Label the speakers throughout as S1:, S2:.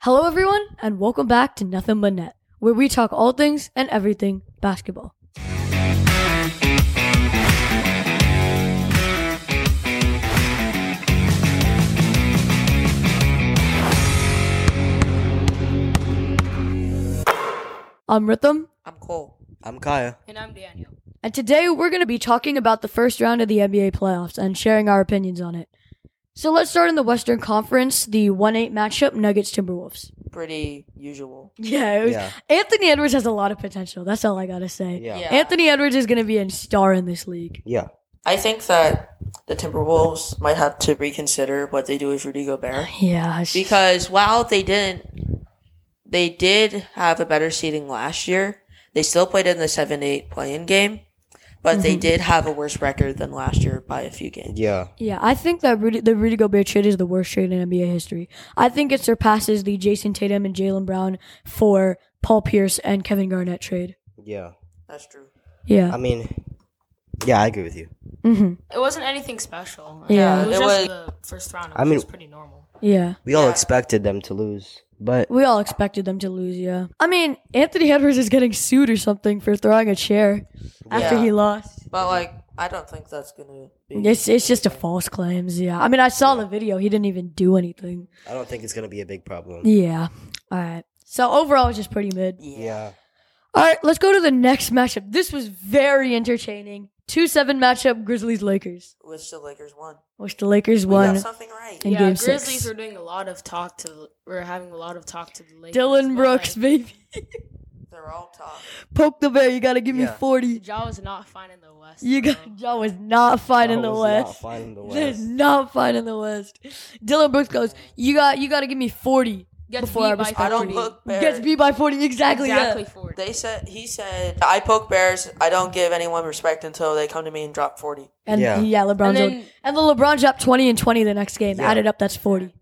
S1: Hello, everyone, and welcome back to Nothing But Net, where we talk all things and everything basketball. I'm Ritham,
S2: I'm Cole.
S3: I'm Kaya.
S2: And I'm Daniel.
S1: and today we're going to be talking about the first round of the NBA playoffs and sharing our opinions on it. So let's start in the Western Conference, the 1 8 matchup Nuggets Timberwolves.
S2: Pretty usual.
S1: Yeah, it was,
S3: Yeah.
S1: Anthony Edwards has a lot of potential. That's all I gotta say.
S3: Yeah.
S2: Yeah.
S1: Anthony Edwards is gonna be a star in this league.
S3: Yeah.
S2: I think that the Timberwolves might have to reconsider what they do with Rudy Gobert
S1: Yeah, it's-
S2: because while they didn't, they did have a better seeding last year. They still played in the seven-eight play-in game, but
S1: Mm-hmm.
S2: they did have a worse record than last year by a few games.
S3: Yeah.
S1: yeah, I think that Rudy, the Rudy Gobert trade is the worst trade in NBA history. I think it surpasses the Jason Tatum and Jalen Brown for Paul Pierce and Kevin Garnett trade.
S3: Yeah.
S2: That's true.
S1: Yeah,
S3: I mean, yeah, I agree with you.
S1: hmm
S4: It wasn't anything special.
S1: Yeah.
S4: it was
S2: It
S4: just the first round. It
S3: I
S4: was
S3: mean-
S4: just pretty normal.
S1: yeah.
S3: We all
S2: Yeah.
S3: expected them to lose, but
S1: We all expected them to lose. Yeah, I mean Anthony Edwards is getting sued or something for throwing a chair after
S2: Yeah.
S1: he lost.
S2: But like, I don't think that's gonna be.
S1: It's it's just a false claims. Yeah, I mean I saw the video. He didn't even do anything.
S3: I don't think it's gonna be a big problem.
S1: Yeah. All right. So overall, it's just pretty mid.
S3: Yeah.
S1: All right, let's go to the next matchup. This was very entertaining. Two seven matchup: Grizzlies Lakers,
S2: Which the Lakers won.
S1: which the Lakers
S2: We got
S1: won.
S2: something right.
S1: In
S4: yeah,
S1: game six.
S4: Grizzlies were doing a lot of talk to. the- We're having a lot of talk to the Lakers.
S1: Dylan
S4: but,
S1: Brooks,
S4: Like,
S1: baby,
S2: They're all top.
S1: poke the bear. You gotta give me
S3: Yeah.
S1: forty.
S4: Ja was not fine in the West.
S1: You
S4: though.
S1: got Ja was not finding
S3: I
S1: the
S3: was Not
S1: West.
S3: finding the
S1: They're
S3: West.
S1: not finding the West. Dylan Brooks goes, "You got, you gotta give me forty
S4: Gets
S1: before
S4: beat
S1: I
S4: by
S1: respect
S2: I don't
S1: you."
S2: look better.
S1: Gets beat by forty. Exactly. yeah.
S4: exactly forward.
S2: They said he said I poke bears. I don't give anyone respect until they come to me and drop forty.
S1: And yeah,
S3: Yeah.
S1: LeBron's
S4: And
S1: old.
S4: then-
S1: and the LeBron dropped twenty and twenty the next game.
S3: Yeah.
S1: Added up, that's forty.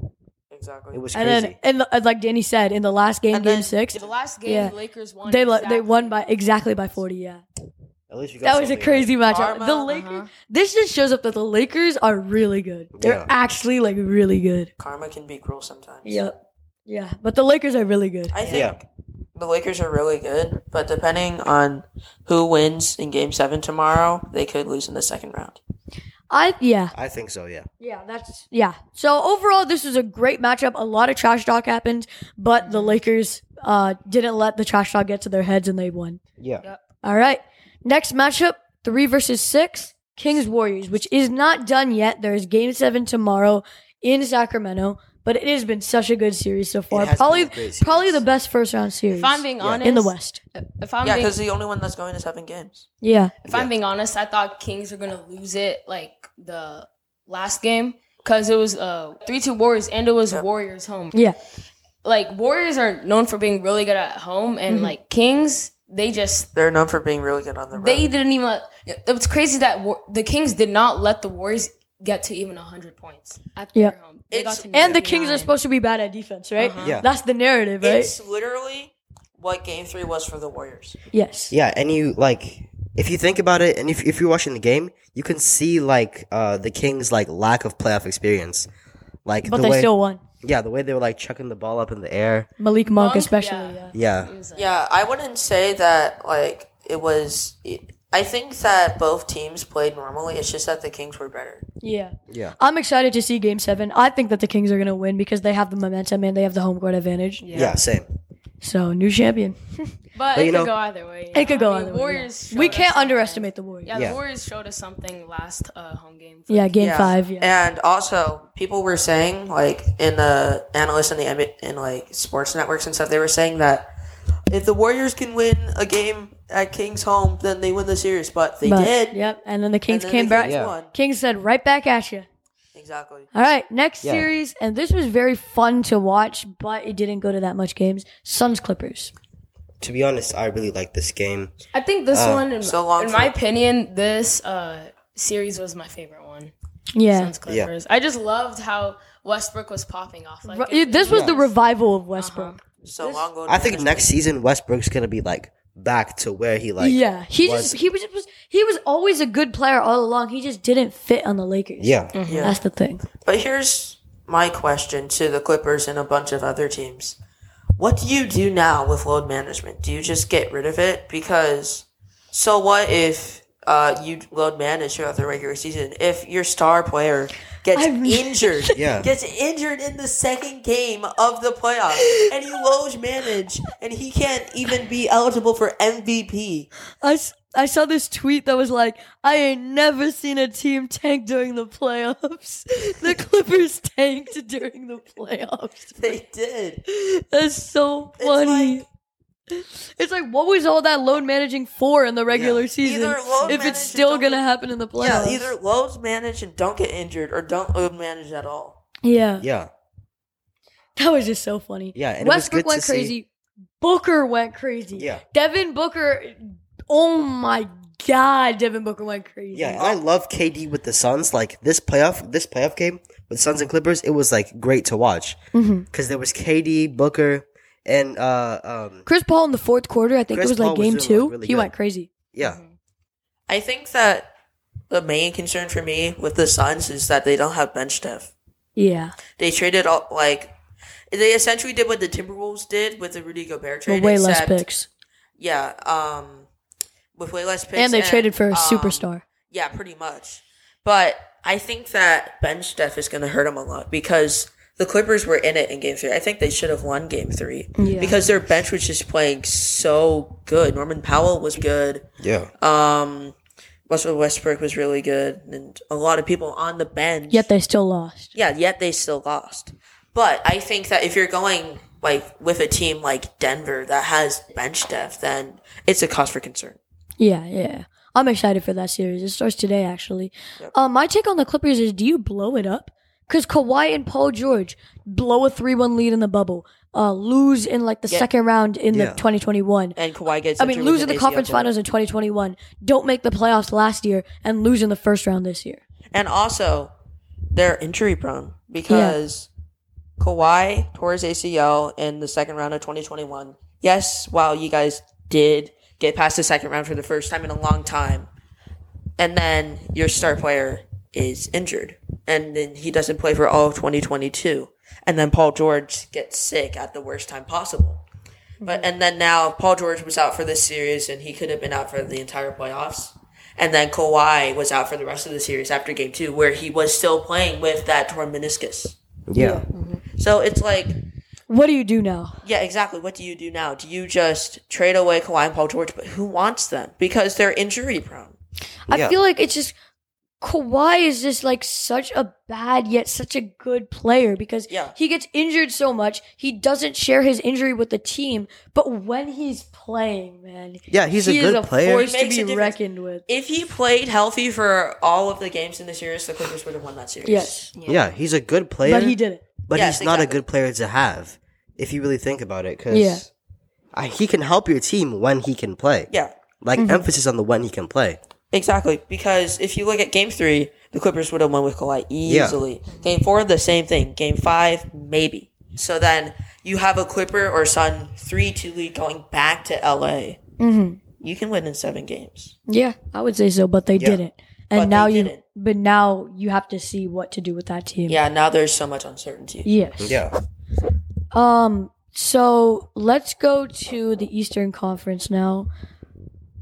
S2: Exactly.
S3: It was
S1: And
S3: crazy.
S1: then, and the, like Danny said, in the last game,
S2: And
S1: game
S2: then-
S1: six,
S4: the last game,
S1: Yeah.
S4: the Lakers won.
S1: they lo- they won
S4: exactly.
S1: by exactly by forty. Yeah,
S3: At least we got
S1: that was a
S3: something
S1: crazy matchup.
S2: Karma,
S1: the
S2: uh-huh.
S1: Lakers. This just shows up that the Lakers are really good. They're
S3: Yeah.
S1: actually like really good.
S2: Karma can be cruel sometimes.
S1: Yep. Yeah, but the Lakers are really good.
S2: I think
S3: Yeah.
S2: the Lakers are really good, but depending on who wins in Game Seven tomorrow, they could lose in the second round.
S1: I yeah
S3: I think so. Yeah.
S1: yeah that's yeah. So overall, this was a great matchup. A lot of trash talk happened, but the Lakers uh didn't let the trash talk get to their heads and they won.
S3: Yeah.
S4: Yeah.
S1: All right. Next matchup, three versus six, Kings Warriors, which is not done yet. There is game seven tomorrow in Sacramento, but it has been such a good series so far.
S3: It has
S1: Probably
S3: been a great
S1: probably the
S3: series.
S1: best first round series
S4: If I'm being
S3: Yeah.
S4: honest,
S1: in the West.
S4: If I'm
S2: yeah,
S4: being,
S2: because the only one that's going to seven games.
S1: Yeah.
S4: if I'm being honest, I thought Kings were gonna lose it like the last game because it was uh three two Warriors and it was
S2: Yeah.
S4: Warriors home.
S1: Yeah.
S4: like Warriors are known for being really good at home, and
S1: Mhm.
S4: like Kings, they just
S2: They're known for being really good on the road.
S4: they didn't even. Let, it was crazy that War- the Kings did not let the Warriors get to even hundred points at their
S1: Yeah.
S4: home. They got
S2: It's-
S4: to
S1: And the Kings are
S4: 99.
S1: supposed to be bad at defense, right?
S4: Uh-huh.
S3: Yeah.
S1: That's the narrative, right?
S2: it's literally what Game Three was for the Warriors.
S1: yes.
S3: Yeah, and you like if you think about it, and if if you're watching the game, you can see like uh the Kings like lack of playoff experience, like
S1: But
S3: the
S1: they
S3: way
S1: still won.
S3: yeah the way they were like chucking the ball up in the air.
S1: Malik Monk,
S4: Monk,
S1: especially.
S4: yeah.
S1: Yeah.
S3: Yeah.
S4: It was like-
S2: Yeah, I wouldn't say that like it was. I think that both teams played normally. It's just that the Kings were better.
S1: Yeah.
S3: Yeah.
S1: I'm excited to see game seven. I think that the Kings are going to win because they have the momentum and they have the home court advantage.
S3: Yeah. same.
S1: So, new champion.
S4: but,
S3: But,
S4: it
S3: you
S4: could
S3: know-
S4: go either way. you
S1: It could
S4: know?
S1: go
S4: I mean,
S1: either way,
S4: Warriors.
S1: yeah. We
S4: showed us
S1: can't
S4: something.
S1: underestimate the Warriors.
S4: Yeah,
S1: Yeah,
S4: the
S3: Yeah.
S4: Warriors showed us something last uh, home game.
S1: game
S2: Yeah.
S1: five. Yeah.
S2: And also, people were saying, like, in the analysts and the NBA and like sports networks and stuff, they were saying that if the Warriors can win a game at Kings home, then they win the series. But they
S1: But-
S2: did.
S1: Yep. And then the
S2: and
S1: Kings
S2: then
S1: came
S2: the
S1: back.
S2: Kings
S3: Yeah.
S2: won.
S1: Kings said, right back at you.
S2: Exactly.
S1: All right. Next
S3: Yeah.
S1: series. And this was very fun to watch, but it didn't go to that much games. Suns Clippers.
S3: To be honest, I really like this game.
S4: I think this
S3: Uh,
S4: one, in,
S2: so long
S4: in my
S2: for-
S4: opinion, this uh, series was my favorite one.
S1: Yeah.
S4: Suns Clippers. I just loved how Westbrook was popping off. Like
S1: Ru-
S4: it-
S1: this was the
S4: Yeah.
S1: revival of
S4: Uh-huh.
S1: Westbrook.
S2: So long ago.
S3: I think next season Westbrook's gonna be like back to where he like
S1: yeah, he
S3: was-
S1: just he was, was he was always a good player all along. He just didn't fit on the Lakers.
S3: yeah
S1: Mm-hmm.
S2: Yeah.
S1: that's the thing.
S2: But here's my question to the Clippers and a bunch of other teams. What do you do now with load management? Do you just get rid of it? Because so what if uh, you load manage throughout the regular season? If your star player gets
S1: I've-
S2: injured,
S3: Yeah.
S2: gets injured in the second game of the playoffs, and you load manage, and he can't even be eligible for MVP.
S1: I, s- I saw this tweet that was like, I ain't never seen a team tank during the playoffs. the Clippers tanked during the playoffs.
S2: They did.
S1: That's so funny. It's like, what was all that load managing for in the regular season
S2: Either load
S1: if
S2: manage
S1: it's still
S2: or
S1: going to
S2: don't-
S1: happen in the
S2: Yeah,
S1: playoffs?
S2: either load manage and don't get injured, or don't load manage at all.
S1: Yeah.
S3: Yeah.
S1: That was just so funny.
S3: Yeah, and it was
S1: Westbrook
S3: good
S1: went
S3: to see-
S1: crazy. Booker went crazy.
S3: Yeah.
S1: Devin Booker. Oh my God. Devin Booker went crazy.
S3: Yeah, and I love KD with the Suns. Like this playoff, this playoff game with Suns and Clippers, it was like great to watch because
S1: Mm-hmm.
S3: there was KD, Booker, and uh, um,
S1: Chris Paul in the fourth quarter, I think
S3: Chris
S1: it was like
S3: Paul was
S1: game
S3: doing,
S1: two.
S3: like, really
S1: he
S3: good.
S1: went crazy.
S3: yeah,
S2: I think that the main concern for me with the Suns is that they don't have bench depth.
S1: Yeah.
S2: They traded all like they essentially did what the Timberwolves did with the Rudy Gobert trade.
S1: But way less
S2: except-
S1: picks.
S2: Yeah, um, with way less picks,
S1: And they traded for a
S2: um,
S1: superstar.
S2: Yeah, pretty much. But I think that bench depth is going to hurt them a lot because the Clippers were in it in Game Three. I think they should have won Game Three
S1: Yeah.
S2: because their bench was just playing so good. Norman Powell was good.
S3: yeah,
S2: Um, Russell Westbrook was really good, and a lot of people on the bench.
S1: Yet they still lost.
S2: yeah, yet they still lost. But I think that if you're going like with a team like Denver that has bench depth, then it's a cause for concern.
S1: Yeah, yeah. I'm excited for that series. It starts today, actually. Um, my take on the Clippers is: Do you blow it up? Because Kawhi and Paul George blow a three-one lead in the bubble, uh, lose in like the second round in the
S3: Yeah.
S1: 2021.
S2: And Kawhi gets.
S1: I mean,
S2: injured
S1: lose
S2: with
S1: in the
S2: an
S1: conference
S2: ACL tear.
S1: finals in 2021. Don't make the playoffs last year and lose in the first round this year.
S2: And also, they're injury prone because Kawhi tore his ACL in the second round of 2021. Yes, while you guys did get past the second round for the first time in a long time, and then your star player is injured, and then he doesn't play for all of 2022, and then Paul George gets sick at the worst time possible. But and then now Paul George was out for this series, and he could have been out for the entire playoffs. And then Kawhi was out for the rest of the series after Game Two, where he was still playing with that torn meniscus.
S3: yeah,
S2: So it's like,
S1: What do you do now?
S2: yeah, exactly. What do you do now? Do you just trade away Kawhi and Paul George? But who wants them because they're injury prone?
S1: I
S3: Yeah.
S1: feel like it's just Kawhi is just like such a bad yet such a good player because
S2: Yeah.
S1: he gets injured so much. He doesn't share his injury with the team, but when he's playing, man,
S3: yeah. He's
S1: he
S3: a good
S1: is a
S3: player.
S1: force to
S2: Makes a
S1: be
S2: difference.
S1: reckoned with.
S2: If he played healthy for all of the games in the series, the Clippers would have won that series.
S1: Yes,
S3: yeah, he's a good player,
S1: but he did it.
S3: but
S2: Yes,
S3: he's not
S2: exactly.
S3: a good player to have if you really think about it. Because
S1: Yeah.
S3: he can help your team when he can play.
S2: Yeah.
S3: like
S1: Mm-hmm.
S3: emphasis on the when he can play.
S2: Exactly, because if you look at Game Three, the Clippers would have won with Kawhi easily. Game Four, the same thing. Game Five, maybe. So then you have a Clipper or Sun three-two lead going back to LA.
S1: Mhm.
S2: You can win in seven games.
S1: Yeah, I would say so, but they
S3: Yeah.
S1: didn't. And
S2: But
S1: now
S2: they
S1: you,
S2: didn't.
S1: but now you have to see what to do with that team.
S2: Yeah, now there's so much uncertainty.
S1: Yes.
S3: Yeah,
S1: Um, so let's go to the Eastern Conference now.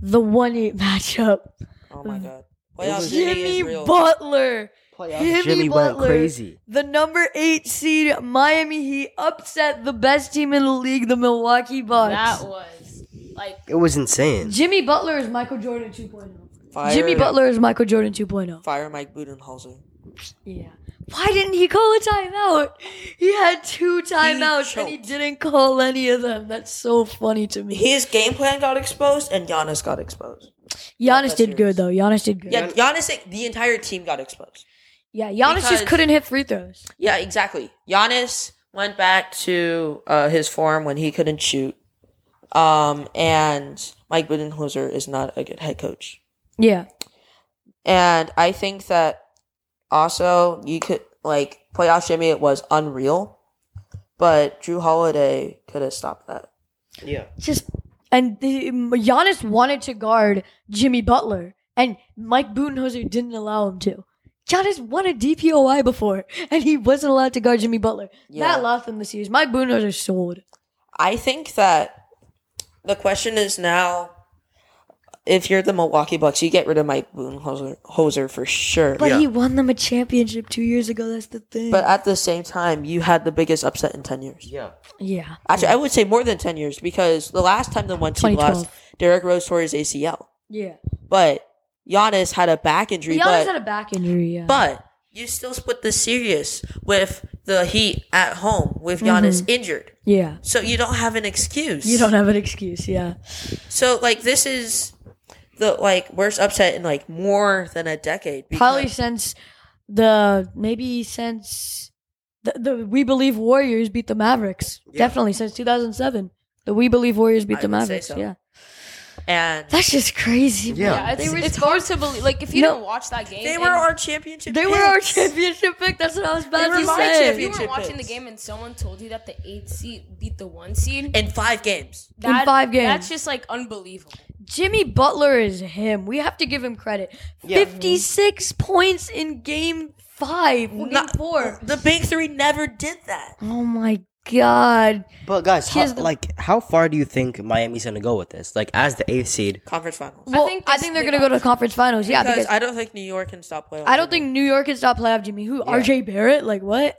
S1: The one eight matchup.
S2: Oh my god, playoff seeding is
S1: Jimmy
S2: real.
S1: Butler. Jimmy,
S3: Jimmy
S1: Butler.
S3: went crazy.
S1: The number eight seed Miami Heat upset the best team in the league, the Milwaukee Bucks.
S4: That was like
S3: It was insane.
S1: Jimmy Butler is Michael Jordan 2.0.
S2: Fire,
S1: Jimmy Butler is Michael Jordan 2.0.
S2: Fire Mike Budenholzer.
S1: Yeah. Why didn't he call a timeout? He had two timeouts and he
S2: choked.
S1: didn't call any of them. That's so funny to me.
S2: His game plan got exposed, and Giannis got exposed.
S1: Giannis did
S2: yours.
S1: good though. Giannis did good.
S2: Yeah, Giannis. The entire team got exposed.
S1: Yeah, Giannis
S2: Because-
S1: just couldn't hit free throws.
S2: Yeah, exactly. Giannis went back to uh, his form when he couldn't shoot. Um, and Mike Budenholzer is not a good head coach.
S1: Yeah.
S2: And I think that also you could like playoff Jimmy. It was unreal, but Drew Holiday could have stopped that.
S3: Yeah,
S1: Just and the, Giannis wanted to guard Jimmy Butler and Mike Budenholzer didn't allow him to. Giannis won a DPOI before and he wasn't allowed to guard Jimmy Butler.
S2: Yeah.
S1: That lost them the series. Mike Budenholzer sold.
S2: I think that the question is now if you're the Milwaukee Bucks, you get rid of Mike Boonhoser Hoser for sure.
S1: But
S3: Yeah.
S1: he won them a championship two years ago. That's the thing.
S2: But at the same time, you had the biggest upset in 10 years.
S3: Yeah.
S1: yeah,
S2: Actually, I would say more than 10 years because the last time the one team lost,
S1: 2012.
S2: Derek Rose tore his ACL.
S1: yeah.
S2: But Giannis had a back injury.
S1: Giannis
S2: but,
S1: had a back injury. Yeah.
S2: but you still split the series with the Heat at home with Giannis injured.
S1: yeah.
S2: So you don't have an excuse.
S1: Mm-hmm. You don't have an excuse. Yeah.
S2: So like this is the like worst upset in like more than a decade.
S1: Probably
S2: because-
S1: since the maybe since the, the We Believe Warriors beat the Mavericks.
S3: Yeah.
S1: Definitely since 2007, the We Believe Warriors beat
S2: I
S1: the
S2: would say
S1: Mavericks.
S2: so.
S1: Yeah.
S2: and
S1: That's just crazy.
S3: Yeah.
S4: Yeah, it's,
S1: They were
S4: it's hard to believe. Like if you
S1: No.
S4: don't watch that game,
S2: they
S4: and
S2: were our championship.
S1: They were our
S2: picks.
S1: championship pick. That's what I was
S2: They
S1: about
S2: were
S1: to
S2: my
S1: say.
S4: if you were
S2: championship
S4: watching the
S2: picks.
S4: game and someone told you that the eight seed beat the one seed,
S2: in five games.
S4: that,
S1: five games.
S4: that's just like unbelievable.
S1: Jimmy Butler is him. We have to give him credit. 56 points in game five. Well, game
S2: Not- Oh.
S1: four.
S2: The big three never did that.
S1: Oh my God.
S3: But guys, how,
S1: Here's the-
S3: like, how far do you think Miami's gonna go with this? Like, as the eighth seed,
S2: Conference finals.
S1: Well, I think,
S4: think
S1: I
S4: this-
S1: think they're
S4: they
S1: going to go
S4: got-
S1: to conference finals. Yeah,
S2: Because
S1: Mm-hmm. because I,
S2: I don't think New York can stop playoff.
S1: don't think New York can stop playoff Jimmy. Who?
S3: Yeah.
S1: RJ Barrett? Like what?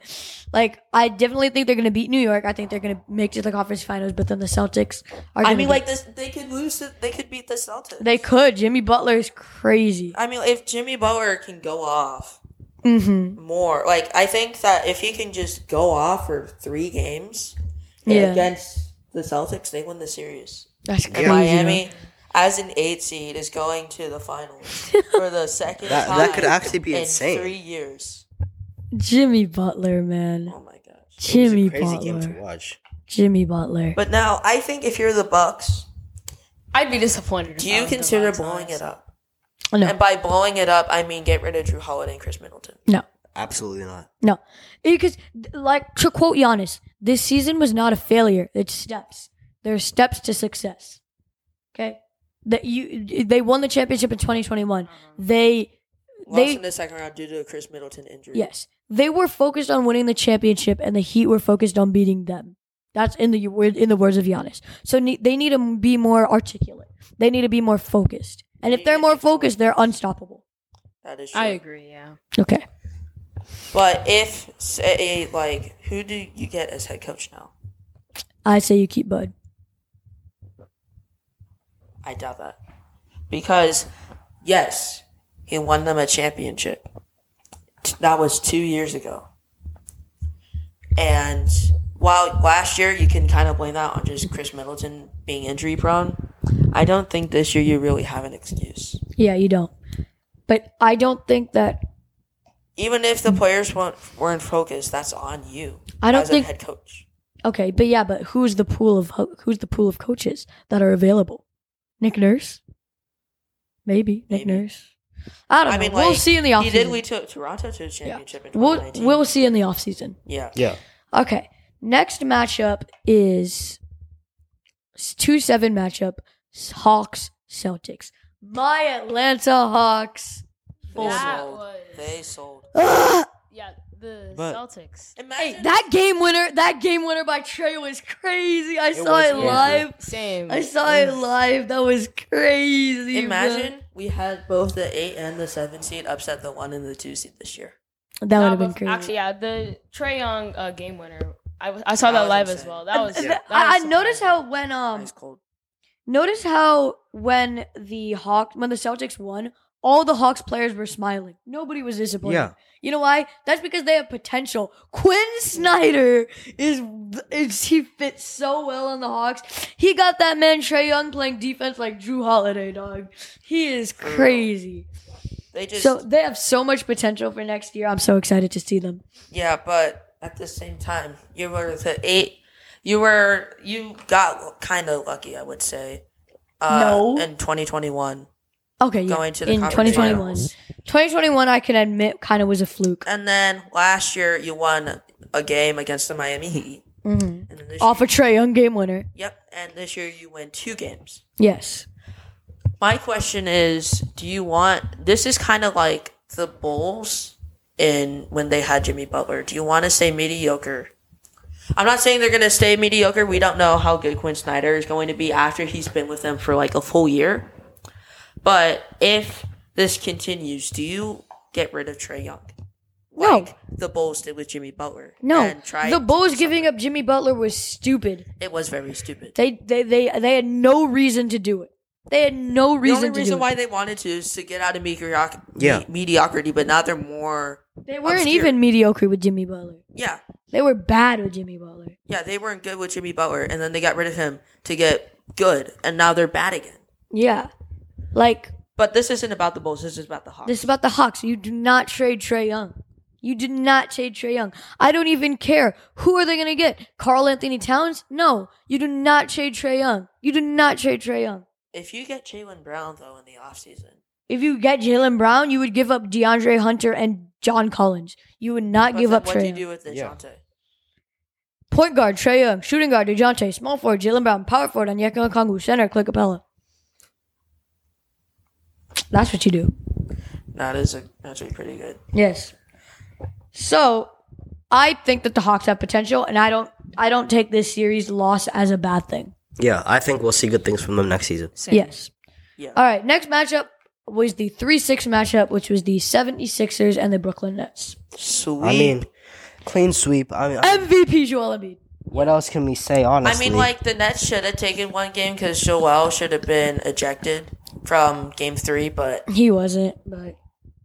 S1: Like, I definitely think they're going to beat New York. I think they're going to make it to the conference finals, but then the Celtics are
S2: I
S1: gonna
S2: mean,
S1: be-
S2: like this, they could lose. To, they could beat the Celtics.
S1: they could. Jimmy Butler is crazy.
S2: I mean, if Jimmy Butler can go off
S1: Mm-hmm.
S2: more, like I think that if he can just go off for three games
S1: Yeah.
S2: against the Celtics, they win the series.
S1: That's crazy.
S2: And
S1: huh?
S2: Miami, as an eight seed, is going to the finals for the second
S3: That-
S2: time.
S3: that could actually be
S2: in
S3: insane.
S2: Three years.
S1: Jimmy Butler, man.
S2: Oh my gosh.
S1: Jimmy
S3: it was a crazy game to
S1: Butler.
S3: watch.
S1: Jimmy Butler.
S2: But now, I think if you're the Bucks, um,
S4: I'd be disappointed.
S2: do you consider blowing it up?
S1: No,
S2: And by blowing it up, I mean get rid of Drew Holiday and Chris Middleton.
S1: no,
S3: Absolutely not.
S1: no. Because, th- like, to quote Giannis, this season was not a failure. It's steps. There are steps to success. Okay, that you they won the championship in 2021. They
S2: Lost
S1: They-
S2: in the second round due to a Chris Middleton injury.
S1: yes, they were focused on winning the championship, and the Heat were focused on beating them. That's in the word- in the words of Giannis. So ne- they need to be more articulate. They need to be more focused. And if they're more focused, they're unstoppable.
S2: That is true.
S4: I agree. Yeah.
S1: Okay.
S2: But if, say, like, who do you get as head coach now?
S1: I say you keep Bud.
S2: I doubt that. Because, yes, he won them a championship. T- That was two years ago. And while last year you can kind of blame that on just Chris Middleton being injury prone, I don't think this year you really have an excuse.
S1: Yeah, you don't. But I don't think that
S2: Even if the players weren't, weren't focused, that's on you.
S1: I don't
S2: as
S1: think-
S2: a head coach.
S1: okay, but yeah, but who's the pool of ho- who's the pool of coaches that are available? Nick Nurse? Maybe Nick
S2: Maybe.
S1: Nurse. I don't
S2: I
S1: know.
S2: mean, like,
S1: we'll see in the
S2: He did lead
S1: offseason.
S2: to Toronto to a championship in
S1: We'll
S2: 2019.
S1: we'll see in the offseason.
S2: yeah.
S3: Yeah.
S1: Okay. Next matchup is 2-7 matchup Hawks Celtics. My Atlanta Hawks.
S2: They
S4: That
S2: sold.
S4: was-
S2: They sold.
S4: Yeah, the
S3: But-
S4: Celtics.
S2: Imagine
S1: That game winner, that game winner by Trey was crazy. I saw
S3: was
S1: it
S3: crazy.
S1: live.
S4: Same. Mm.
S1: I saw it live. That was crazy.
S2: Imagine we had both the eight and the seven seed upset the one and the two seed this year.
S1: bro. that
S4: Nah,
S1: would have
S4: but
S1: been crazy.
S4: Actually, yeah, the Trey Young uh, game winner. I, was- I saw
S2: That
S4: that,
S2: was
S4: live as
S2: insane.
S4: well. That was.
S1: Th-
S4: that
S1: I, I
S4: was
S1: noticed
S4: surprising.
S1: how when um
S2: Ice cold.
S1: notice how when the Hawks when the Celtics won, all the Hawks players were smiling. Nobody was disappointed.
S3: Yeah.
S1: You know why? That's because they have potential. Quinn Snyder is, is he fits so well on the Hawks. He got that man Trey Young playing defense like Drew Holiday, dog. He is crazy.
S2: They just
S1: So they have so much potential for next year. I'm so excited to see them.
S2: yeah, but at the same time, you were the eight. You were you got kind of lucky, I would say. Uh,
S1: No.
S2: in 2021,
S1: Okay, yeah.
S2: Going to the
S1: in
S2: conference
S1: 2021,
S2: finals.
S1: 2021, I can admit, kind of was a fluke.
S2: and then last year you won a game against the Miami Heat.
S1: Mhm.
S2: And then this
S1: Off
S2: year,
S1: a Trey Young game winner.
S2: yep, and this year you win two games.
S1: Yes.
S2: My question is, do you want this is kind of like the Bulls in when they had Jimmy Butler. Do you want to stay mediocre I'm not saying they're going to stay mediocre. We don't know how good Quinn Snyder is going to be after he's been with them for like a full year. But if this continues, do you get rid of Trey Young?
S1: No.
S2: Like the Bulls did with Jimmy Butler.
S1: No,
S2: And tried
S1: the
S2: to
S1: Bulls
S2: do
S1: giving up Jimmy Butler was stupid.
S2: something. It was very stupid.
S1: They they they they had no reason to do it. They had no reason
S2: the
S1: to
S2: only
S1: do
S2: reason
S1: it.
S2: why they wanted to is to get out of mediocrity,
S3: Yeah.
S2: mediocrity, but now they're more.
S1: They weren't
S2: obscure.
S1: even mediocre with Jimmy Butler.
S2: Yeah,
S1: They were bad with Jimmy Butler.
S2: yeah, they weren't good with Jimmy Butler, and then they got rid of him to get good, and now they're bad again.
S1: Yeah. Like
S2: But this isn't about the Bulls. This is about the Hawks.
S1: this is about the Hawks. You do not trade Trey Young. You do not trade Trey Young. I don't even care. Who are they gonna get? Carl Anthony Towns? No. You do not trade Trey Young. You do not trade Trey Young.
S2: if you get Jalen Brown though in the offseason,
S1: If you get Jalen Brown, you would give up DeAndre Hunter and John Collins. You would not
S2: but
S1: give
S2: then
S1: up
S2: what
S1: Trey
S2: do you
S1: Young.
S2: do with
S3: Yeah.
S2: DeJounte?
S1: Point guard, Trey Young. Shooting guard, DeJounte. Small forward, Jalen Brown. Power forward, Onyeka Kongu. Center, Click Capella. That's what you do.
S2: That is a, actually pretty good.
S1: Yes. So I think that the Hawks have potential, and I don't. I don't take this series loss as a bad thing.
S3: Yeah, I think we'll see good things from them next season.
S4: Same.
S1: Yes.
S2: Yeah.
S1: All right. Next matchup was the three six matchup, which was the 76ers and the Brooklyn Nets.
S2: Sweet.
S3: I mean, clean sweep. I mean, I-
S1: MVP Joel Embiid.
S3: what else can we say? Honestly,
S2: I mean, like the Nets should have taken one game because Joel should have been ejected from Game Three, but
S1: He wasn't, but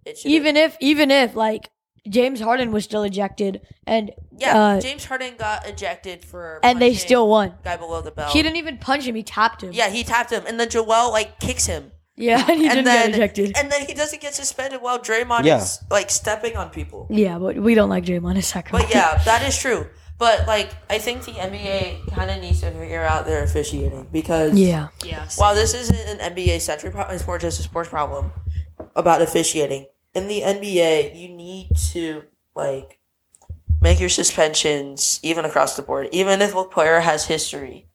S2: it should
S1: even if even if like James Harden was still ejected, and
S2: yeah,
S1: uh,
S2: James Harden got ejected for
S1: and they
S2: punching
S1: still won.
S2: guy below the belt.
S1: He didn't even punch him. He tapped him.
S2: Oh. Yeah, he tapped him, and then Joel like kicks him,
S1: Yeah, and he
S2: and
S1: didn't
S2: then
S1: get ejected.
S2: and then he doesn't get suspended while Draymond
S3: Yeah.
S2: is like stepping on people.
S1: yeah, but we don't like Draymond in Sacramento.
S2: But yeah, that is true. But like, I think the NBA kind of needs to figure out their officiating because
S1: yeah.
S4: Yeah.
S2: while this isn't an NBA centric problem, it's more just a sports problem about officiating. In the NBA, you need to like make your suspensions even across the board, even if a player has history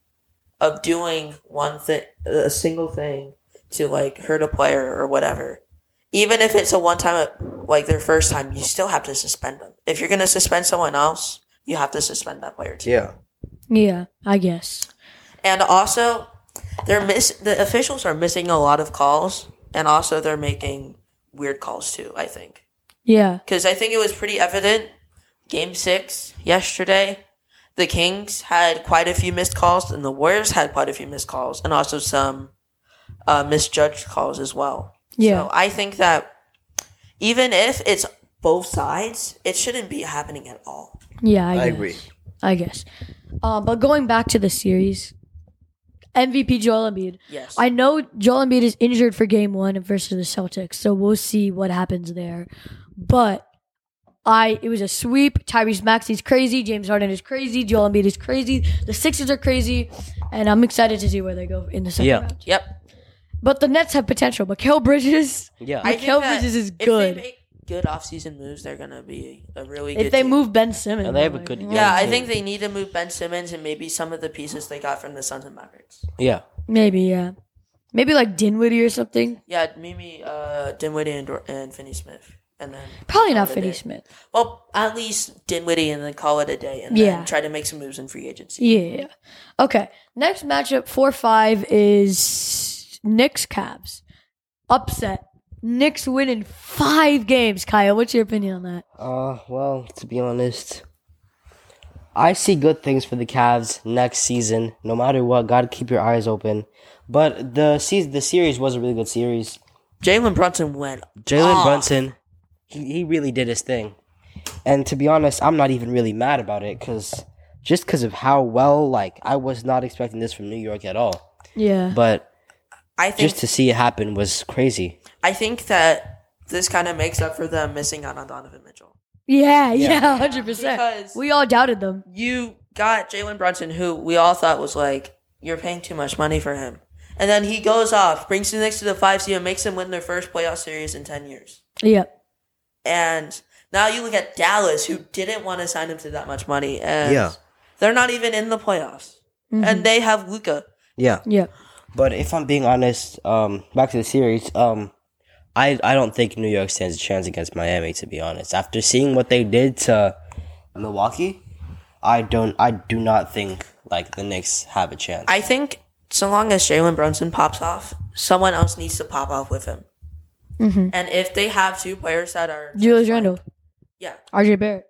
S2: of doing one thing, a single thing to like hurt a player or whatever. Even if it's a one time, like their first time, you still have to suspend them. If you're gonna suspend someone else, you have to suspend that player too.
S3: yeah,
S1: Yeah, I guess.
S2: And also, they're miss the officials are missing a lot of calls, and also they're making weird calls too. I think
S1: Yeah.
S2: because I think it was pretty evident. Game six yesterday, the Kings had quite a few missed calls, and the Warriors had quite a few missed calls, and also some uh, misjudged calls as well.
S1: Yeah.
S2: So I think that even if it's both sides, it shouldn't be happening at all.
S1: yeah, I,
S3: I
S1: guess.
S3: agree.
S1: I guess. Uh, but going back to the series, MVP Joel Embiid.
S2: Yes.
S1: I know Joel Embiid is injured for game one versus the Celtics, so we'll see what happens there. But I it was a sweep. Tyrese Maxey's crazy. James Harden is crazy. Joel Embiid is crazy. The Sixers are crazy. And I'm excited to see where they go in the second
S3: Yeah.
S1: round.
S2: yep.
S1: But the Nets have potential. Mikael Bridges,
S3: yeah.
S2: I think
S1: Mikal
S2: that
S1: Bridges is
S2: If
S1: good.
S2: they make good offseason moves, they're gonna be a really good.
S1: if they
S2: team.
S1: move Ben Simmons.
S3: And they have a
S1: like,
S3: good-
S2: yeah, I
S3: team.
S2: think they need to move Ben Simmons and maybe some of the pieces they got from the Suns and Mavericks.
S3: yeah,
S1: Maybe, yeah. Maybe like Dinwiddie or something.
S2: Yeah, Mimi, uh, Dinwiddie, and, Dor- and Finney Smith, and then
S1: Probably not
S2: call it a
S1: Finney
S2: day.
S1: Smith.
S2: Well, at least Dinwiddie, and then call it a day, and
S1: Yeah.
S2: then try to make some moves in free agency.
S1: Yeah. Okay. Next matchup, 4 5, is Knicks Cavs. Upset. Knicks winning five games. Kyle, what's your opinion on that?
S3: Uh, well, to be honest, I see good things for the Cavs next season. No matter what, gotta keep your eyes open. But the season, the series was a really good series.
S2: Jalen Brunson went.
S3: Jalen
S2: off.
S3: Brunson, he, he really did his thing. And to be honest, I'm not even really mad about it because just because of how well, like, I was not expecting this from New York at all.
S1: Yeah.
S3: But
S2: I think.
S3: just to see it happen was crazy.
S2: I think that this kind of makes up for them missing out on Donovan Mitchell.
S1: yeah, yeah, 100%.
S2: Because
S1: We all doubted them.
S2: you got Jalen Brunson, who we all thought was like, you're paying too much money for him. And then he goes off, brings the Knicks to the five seed, and makes them win their first playoff series in 10 years.
S1: Yep.
S2: And now you look at Dallas, who didn't want to sign him to that much money. And
S3: Yeah.
S2: they're not even in the playoffs.
S1: Mm-hmm.
S2: And they have Luca.
S3: Yeah.
S1: Yep.
S3: But if I'm being honest, um, back to the series, um, I I don't think New York stands a chance against Miami. To be honest, after seeing what they did to Milwaukee, I don't. I do not think like the Knicks have a chance.
S2: I think so long as Jalen Brunson pops off, someone else needs to pop off with him. And if they have two players that are
S1: Mm-hmm. Julius Randle,
S2: yeah,
S1: RJ Barrett.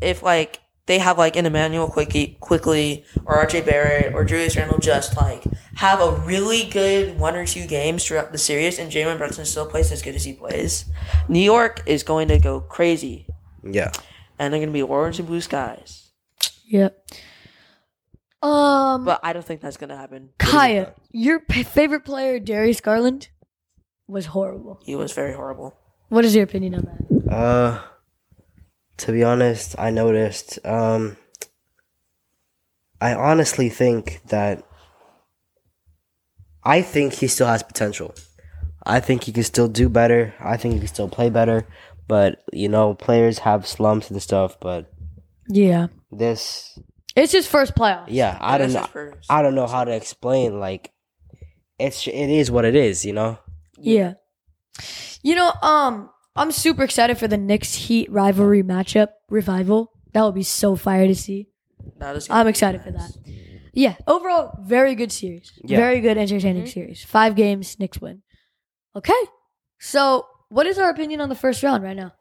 S2: if like they have like an Emmanuel Quickly, quickly or RJ Barrett or Julius Randle just like have a really good one or two games throughout the series and Jalen Brunson still plays as good as he plays, New York is going to go crazy
S3: yeah.
S2: and they're going to be orange and blue skies.
S1: Yep. Um,
S2: But I don't think that's going to happen.
S1: Kaya, your p- favorite player, Darius Garland, was horrible.
S2: He was very horrible.
S1: What is your opinion on that?
S3: Uh, to be honest, I noticed. Um, I honestly think that. I think he still has potential. I think he can still do better. I think he can still play better. But you know, players have slumps and stuff. But
S1: Yeah,
S3: this,
S1: it's his first playoff.
S3: yeah, I don't
S2: That's
S3: know.
S2: his first.
S3: I don't know how to explain. Like, it's it is what it is. You know.
S1: Yeah. You know, um, I'm super excited for the Knicks Heat rivalry matchup revival. That would be so fire to see.
S2: That is
S1: I'm excited for that. Yeah, overall, very good series.
S3: Yeah.
S1: Very good, entertaining
S2: Mm-hmm.
S1: series. Five games, Knicks win. Okay. So, what is our opinion on the first round right now?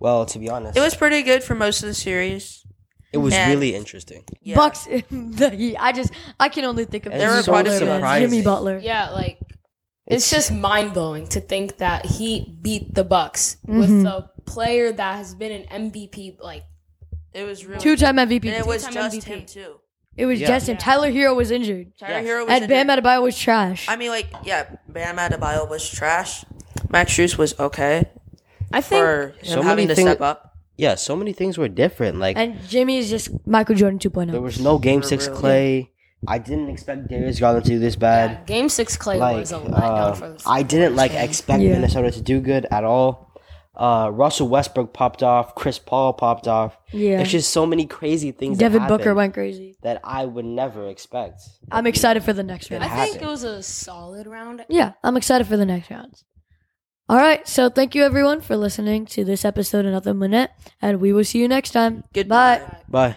S3: Well, to be honest,
S2: It was pretty good for most of the series.
S3: it was
S2: and-
S3: really interesting.
S2: Yeah.
S1: Bucks. the Heat. I just, I can only think of
S3: It's
S2: There were
S1: Jimmy
S2: so quite a
S1: Butler,
S2: few.
S1: man. Jimmy
S3: surprising.
S1: Butler.
S4: Yeah, like it's, just mind blowing to think that he beat the Bucks with
S3: Mm-hmm.
S4: a player that has been an MVP. Like
S2: It was really
S1: Two-time MVP.
S2: And it was
S4: Two-time
S2: just
S4: MVP.
S2: him too.
S1: it was
S3: Yeah.
S1: just him. Tyler Hero was injured.
S2: Tyler
S3: Yes.
S2: Hero was
S1: And Bam
S2: injured.
S1: Adebayo was trash.
S2: I mean, like, yeah, Bam Adebayo was trash. Max Struess was okay
S4: I think
S2: for him
S3: So
S2: having
S3: many
S2: to
S3: things-
S2: step up.
S3: yeah, so many things were different. Like
S1: and Jimmy is just Michael Jordan 2.0.
S3: there was no game six
S2: real.
S3: Clay. I didn't expect Darius Garland to do this bad.
S4: Game Six Clay
S3: Like
S4: was a
S3: uh,
S4: letdown for the
S3: I didn't like expect
S1: Yeah.
S3: Minnesota to do good at all. Uh, Russell Westbrook popped off. Chris Paul popped off.
S1: Yeah.
S3: It's just so many crazy things. that
S1: Devin Booker
S3: happened
S1: went crazy.
S3: that I would never expect.
S1: I'm excited for the next round.
S4: I think
S3: happened.
S4: it was a solid round.
S1: Yeah, I'm excited for the next rounds. All right, so thank you everyone for listening to this episode of Nothing Minute, and we will see you next time.
S2: Goodbye.
S1: Bye.
S3: Bye.